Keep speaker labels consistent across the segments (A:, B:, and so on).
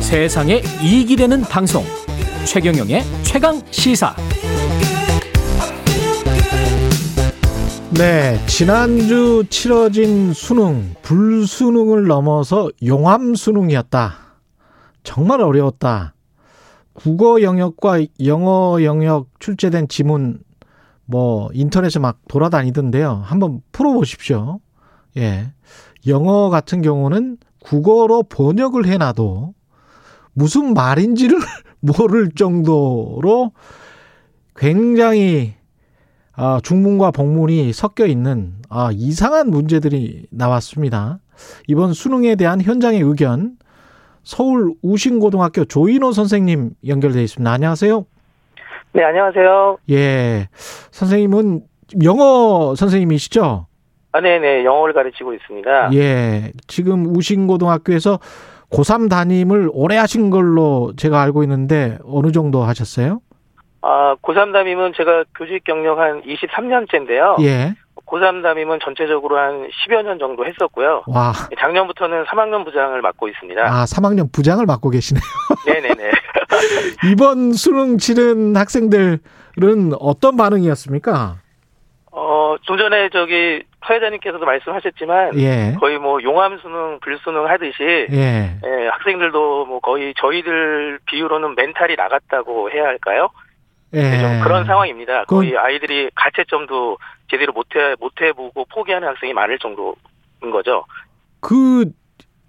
A: 세상에 이익이 되는 방송 최경영의 최강 시사
B: 네, 지난주 치러진 수능, 불수능을 넘어서 용암 수능이었다. 정말 어려웠다. 국어 영역과 영어 영역 출제된 지문 뭐 인터넷에 막 돌아다니던데요. 한번 풀어 보십시오. 예. 영어 같은 경우는 국어로 번역을 해 놔도 무슨 말인지를 모를 정도로 굉장히 아, 중문과 복문이 섞여 있는 아, 이상한 문제들이 나왔습니다. 이번 수능에 대한 현장의 의견 서울 우신고등학교 조인호 선생님 연결돼 있습니다. 안녕하세요.
C: 네, 안녕하세요.
B: 예, 선생님은 영어 선생님이시죠?
C: 아, 네네, 영어를 가르치고 있습니다.
B: 예, 지금 우신고등학교에서 고3 담임을 오래 하신 걸로 제가 알고 있는데 어느 정도 하셨어요?
C: 아, 고3 담임은 제가 교직 경력 한 23년째인데요.
B: 예,
C: 고3 담임은 전체적으로 한 10여 년 정도 했었고요.
B: 와,
C: 작년부터는 3학년 부장을 맡고 있습니다.
B: 아, 3학년 부장을 맡고 계시네. 요
C: 네네네.
B: 이번 수능 치른 학생들은 어떤 반응이었습니까?
C: 어, 좀 전에 저기 사회자님께서도 말씀하셨지만
B: 예.
C: 거의 뭐 용암 수능, 불수능 하듯이
B: 예.
C: 예, 학생들도 뭐 거의 저희들 비유로는 멘탈이 나갔다고 해야 할까요? 네, 좀
B: 예.
C: 그런 상황입니다.
B: 그건-
C: 거의 아이들이 가채점도 제대로 못해 못해보고 포기하는 학생이 많을 정도인 거죠.
B: 그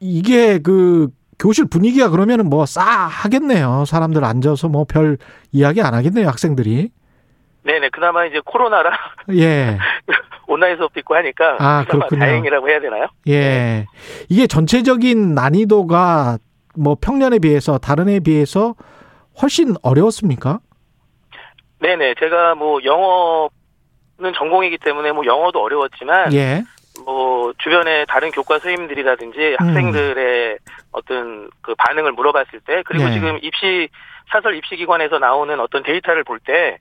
B: 이게 그 교실 분위기가 그러면은 뭐 싸하겠네요. 사람들 앉아서 뭐 별 이야기 안 하겠네요, 학생들이.
C: 네네. 그나마 이제 코로나라 네.
B: 예.
C: 온라인 수업도 있고 하니까
B: 아,
C: 그나마
B: 그렇군요.
C: 다행이라고 해야 되나요?
B: 예. 이게 전체적인 난이도가 뭐 평년에 비해서 다른 에 비해서 훨씬 어려웠습니까?
C: 네네. 제가 뭐 영어는 전공이기 때문에 뭐 영어도 어려웠지만
B: 예.
C: 뭐 주변에 다른 교과 선생님들이라든지
B: 음.
C: 학생들의 어떤 그 반응을 물어봤을 때 그리고
B: 네.
C: 지금 입시 사설 입시 기관에서 나오는 어떤 데이터를 볼 때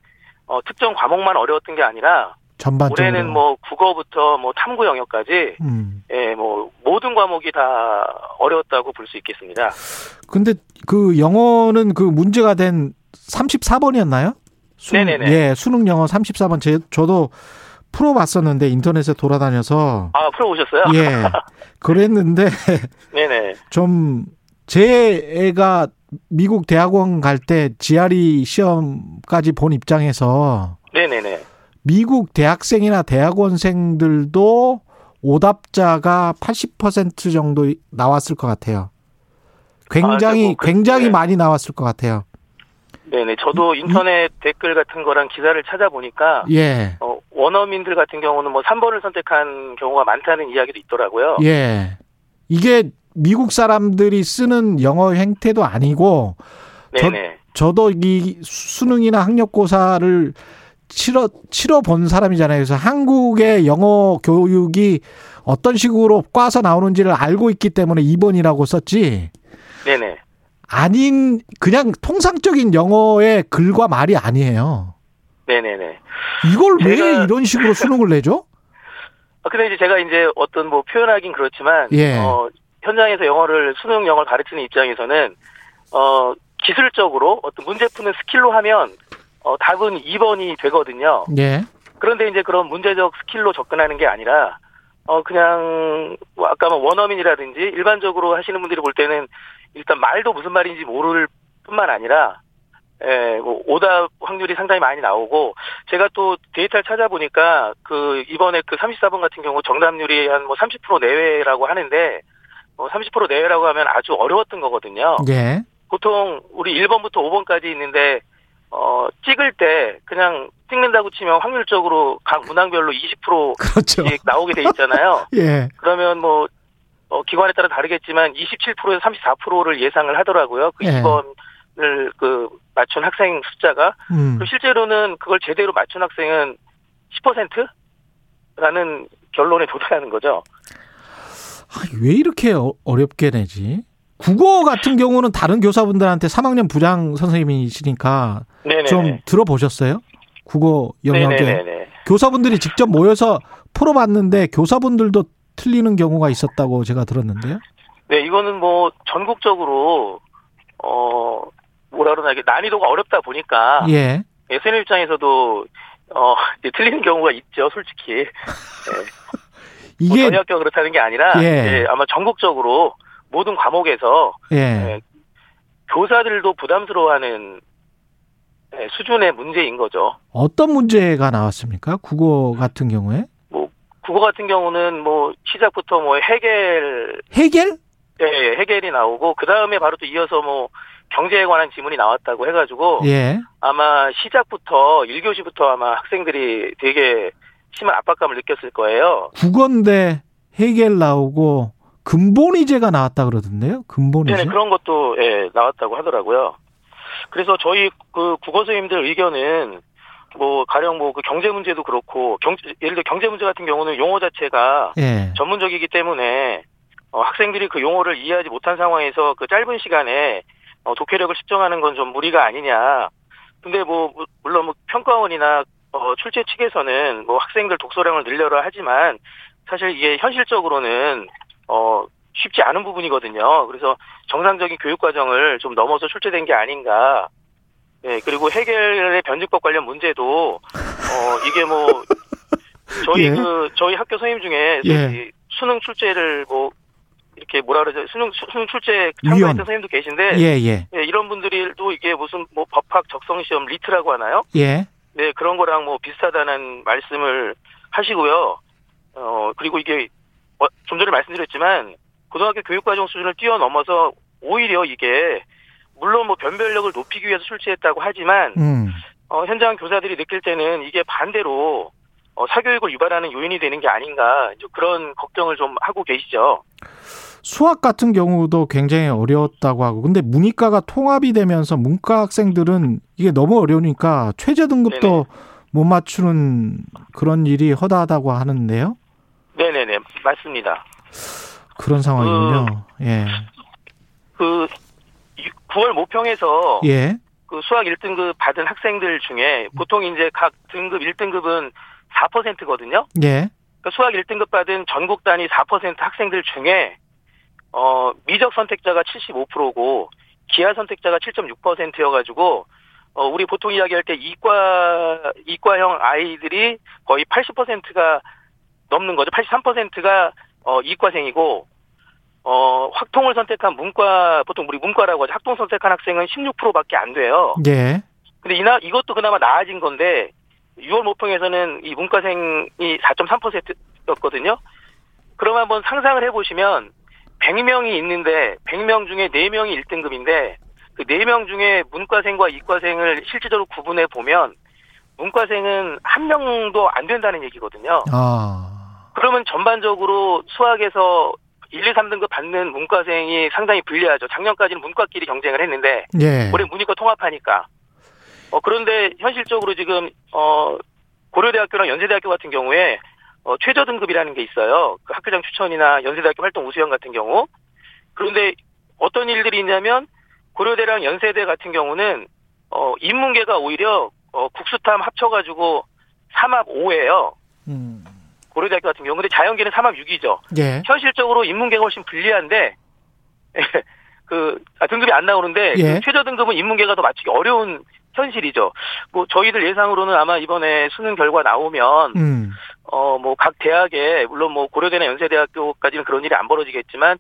C: 어, 특정 과목만 어려웠던 게 아니라
B: 전반적으로.
C: 올해는 뭐 국어부터 뭐 탐구 영역까지
B: 음.
C: 예, 뭐 모든 과목이 다 어려웠다고 볼 수 있겠습니다.
B: 근데 그 영어는 그 문제가 된 34번이었나요?
C: 네네네.
B: 예, 수능 영어 34번 제, 저도 풀어 봤었는데 인터넷에 돌아다녀서
C: 아, 풀어 보셨어요?
B: 예. 그랬는데
C: 네, 네.
B: 좀 제 애가 미국 대학원 갈 때 GRE 시험까지 본 입장에서
C: 네, 네, 네.
B: 미국 대학생이나 대학원생들도 오답자가 80% 정도 나왔을 것 같아요. 굉장히
C: 뭐 그-
B: 굉장히
C: 네.
B: 많이 나왔을 것 같아요.
C: 네, 네.
B: 음,
C: 저도 인터넷 댓글 같은 거랑 기사를 찾아보니까
B: 예.
C: 어, 원어민들 같은 경우는 뭐 3번을 선택한 경우가 많다는 이야기도 있더라고요.
B: 예. 이게 미국 사람들이 쓰는 영어 행태도 아니고
C: 네, 네.
B: 예. 저도 이 수능이나 학력고사를 치러 치러 본 사람이잖아요. 그래서 한국의 영어 교육이 어떤 식으로 꽈서 나오는지를 알고 있기 때문에 2번이라고 썼지.
C: 네, 네.
B: 아닌 그냥 통상적인 영어의 글과 말이 아니에요.
C: 네, 네, 네.
B: 이걸 왜
C: 제가-
B: 이런 식으로 수능을 내죠?
C: 아, 근데 이제 제가 이제 어떤 뭐 표현하긴 그렇지만
B: 예.
C: 어, 현장에서 영어를 수능 영어를 가르치는 입장에서는 어, 기술적으로 어떤 문제 푸는 스킬로 하면 어, 답은 2번이 되거든요.
B: 예.
C: 그런데 이제 그런 문제적 스킬로 접근하는 게 아니라 어 그냥 뭐 아까 뭐 원어민이라든지 일반적으로 하시는 분들이 볼 때는 일단 말도 무슨 말인지 모를 뿐만 아니라 예, 뭐 오답 확률이 상당히 많이 나오고 제가 또 데이터를 찾아보니까 그 이번에 그 34번 같은 경우 정답률이 한 뭐 30% 내외라고 하는데 뭐 30% 내외라고 하면 아주 어려웠던 거거든요.
B: 예.
C: 보통 우리 1번부터 5번까지 있는데 어 찍을 때 그냥 찍는다고 치면 확률적으로 각 문항별로 20%씩
B: 그렇죠.
C: 나오게 돼 있잖아요.
B: 예.
C: 그러면 뭐 어, 기관에 따라 다르겠지만 27%에서 34%를 예상을 하더라고요. 그
B: 예.
C: 2번을 그 맞춘 학생 숫자가
B: 음.
C: 그리고 실제로는 그걸 제대로 맞춘 학생은 10%라는 결론에 도달하는 거죠.
B: 아, 왜 이렇게 어- 어렵게 내지? 국어 같은 경우는 다른 교사분들한테 3학년 부장 선생님이시니까
C: 네네.
B: 좀 들어보셨어요? 국어 영역에
C: 네네네.
B: 교사분들이 직접 모여서 풀어봤는데 교사분들도 틀리는 경우가 있었다고 제가 들었는데요.
C: 네, 이거는 뭐 전국적으로 어 뭐라 그러나 이게 난이도가 어렵다 보니까
B: 예.
C: SN 입장에서도 어 이제 틀리는 경우가 있죠, 솔직히. 뭐
B: 이게
C: 저희 학교 그렇다는 게 아니라
B: 예.
C: 이제 아마 전국적으로 모든 과목에서 네.
B: 예.
C: 교사들도 부담스러워하는 예, 수준의 문제인 거죠.
B: 어떤 문제가 나왔습니까? 국어 같은 경우에
C: 국어 같은 경우는 뭐 시작부터 뭐 해겔
B: 해결?
C: 예, 예, 해겔이 나오고 그 다음에 바로 또 이어서 뭐 경제에 관한 지문이 나왔다고 해가지고
B: 예.
C: 아마 시작부터 1교시부터 아마 학생들이 되게 심한 압박감을 느꼈을 거예요.
B: 국어인데 해결 나오고 근본이제가 나왔다 그러던데요.
C: 네,
B: 근본이제.
C: 그런 것도 예, 나왔다고 하더라고요. 그래서 저희 그 국어 선생님들 의견은 뭐 가령 뭐 그 경제 문제도 그렇고 경 예를 들어 경제 문제 같은 경우는 용어 자체가
B: 예.
C: 전문적이기 때문에 어, 학생들이 그 용어를 이해하지 못한 상황에서 그 짧은 시간에 어, 독해력을 측정하는 건 좀 무리가 아니냐. 근데 뭐 무- 물론 뭐 평가원이나 어, 출제 측에서는 뭐 학생들 독서량을 늘려라 하지만 사실 이게 현실적으로는 어, 쉽지 않은 부분이거든요. 그래서 정상적인 교육 과정을 좀 넘어서 출제된 게 아닌가. 예, 그리고 해결의 변증법 관련 문제도 어, 이게 뭐 저희
B: 예.
C: 그 저희 학교 선생님 중에
B: 예.
C: 이 수능 출제를 뭐 이렇게 뭐라 그러죠 수능 수- 수능 출제
B: 위원.
C: 참가했던 선생님도 계신데
B: 예, 예.
C: 예, 이런 분들도 이게 무슨 뭐 법학 적성 시험 리트라고 하나요?
B: 예.
C: 네 그런 거랑 뭐 비슷하다는 말씀을 하시고요. 어 그리고 이게 어, 좀 전에 말씀드렸지만 고등학교 교육과정 수준을 뛰어넘어서 오히려 이게 물론 뭐 변별력을 높이기 위해서 출제했다고 하지만
B: 음.
C: 어, 현장 교사들이 느낄 때는 이게 반대로 어, 사교육을 유발하는 요인이 되는 게 아닌가 이제 그런 걱정을 좀 하고 계시죠.
B: 수학 같은 경우도 굉장히 어려웠다고 하고 근데 문이과가 통합이 되면서 문과 학생들은 이게 너무 어려우니까 최저 등급도 못 맞추는 그런 일이 허다하다고 하는데요.
C: 네네네 맞습니다.
B: 그런 상황이군요. 예.
C: 그 9월 모평에서
B: 예.
C: 그 수학 1등급 받은 학생들 중에 보통 이제 각 등급 1등급은 4%거든요.
B: 예.
C: 그러니까 수학 1등급 받은 전국 단위 4% 학생들 중에 어, 미적 선택자가 75%고 기하 선택자가 7.6%여 가지고 어, 우리 보통 이야기할 때 이과 이과형 아이들이 거의 80%가 넘는 거죠. 83%가 어, 이과생이고 어, 확통을 선택한 문과 보통 우리 문과라고 하죠. 학통 선택한 학생은 16%밖에 안 돼요.
B: 예.
C: 근데 이나 이것도 그나마 나아진 건데 6월 모평에서는 이 문과생이 4.3%였거든요. 그럼 한번 상상을 해보시면 100명이 있는데 100명 중에 4명이 1등급인데 그 4명 중에 문과생과 이과생을 실질적으로 구분해 보면 문과생은 한 명도 안 된다는 얘기거든요.
B: 아.
C: 그러면 전반적으로 수학에서 1, 2, 3등급 받는 문과생이 상당히 불리하죠. 작년까지는 문과끼리 경쟁을 했는데
B: 예.
C: 올해 문이과 통합하니까. 어, 그런데 현실적으로 지금, 어, 고려대학교랑 연세대학교 같은 경우에, 어, 최저 등급이라는 게 있어요. 그 학교장 추천이나 연세대학교 활동 우수형 같은 경우. 그런데 어떤 일들이 있냐면, 고려대랑 연세대 같은 경우는, 어, 인문계가 오히려, 어, 국수탐 합쳐가지고 3합 5예요.
B: 음.
C: 고려대학교 같은 경우. 근데 자연계는 3합 6이죠.
B: 예.
C: 현실적으로 인문계가 훨씬 불리한데 예, 그 아, 등급이 안 나오는데
B: 예.
C: 그 최저 등급은 인문계가 더 맞추기 어려운 현실이죠. 뭐 저희들 예상으로는 아마 이번에 수능 결과 나오면
B: 음.
C: 어 뭐 각 대학에 물론 뭐 고려대나 연세대학교까지는 그런 일이 안 벌어지겠지만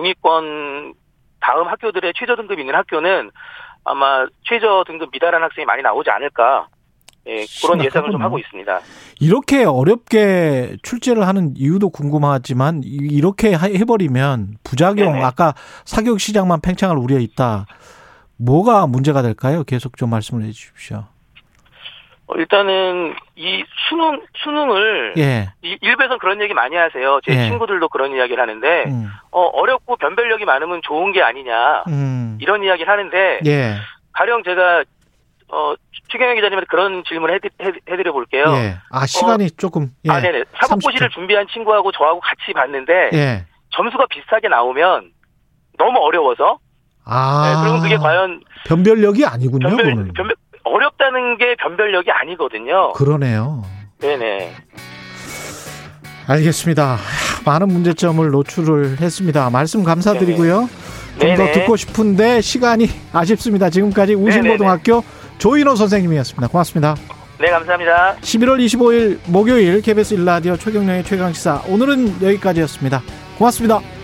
C: 중위권 다음 학교들의 최저 등급 있는 학교는 아마 최저 등급 미달한 학생이 많이 나오지 않을까 예, 그런 예상을 좀
B: 심각하구나.
C: 하고 있습니다.
B: 이렇게 어렵게 출제를 하는 이유도 궁금하지만 이- 이렇게 하- 해버리면 부작용
C: 네네.
B: 아까 사교육 시장만 팽창할 우려 있다. 뭐가 문제가 될까요? 계속 좀 말씀을 해주십시오.
C: 어, 일단은 이 수능 수능을
B: 예.
C: 이- 일부에선 그런 얘기 많이 하세요. 제
B: 예.
C: 친구들도 그런 이야기를 하는데,
B: 음.
C: 어, 어렵고 변별력이 많으면 좋은 게 아니냐,
B: 음.
C: 이런 이야기를 하는데,
B: 예.
C: 가령 제가, 어, 최경영 기자님한테 그런 질문을 해드, 해드려 볼게요.
B: 예. 아 시간이 조금. 예.
C: 어, 아, 네네. 사법고시를 준비한 친구하고 저하고 같이 봤는데,
B: 예.
C: 점수가 비슷하게 나오면 너무 어려워서,
B: 아.
C: 네, 그러면 그게 과연
B: 변별력이 아니군요.
C: 변별,
B: 그거는.
C: 변별, 어렵다는 게 변별력이 아니거든요.
B: 그러네요.
C: 네네.
B: 알겠습니다. 하, 많은 문제점을 노출을 했습니다. 말씀 감사드리고요. 좀 더
C: 네네.
B: 듣고 싶은데 시간이 아쉽습니다. 지금까지 우신고등학교 조인호 선생님이었습니다. 고맙습니다.
C: 네, 감사합니다.
B: 11월 25일 목요일 KBS 일라디오 최경량의 최강시사 오늘은 여기까지였습니다. 고맙습니다.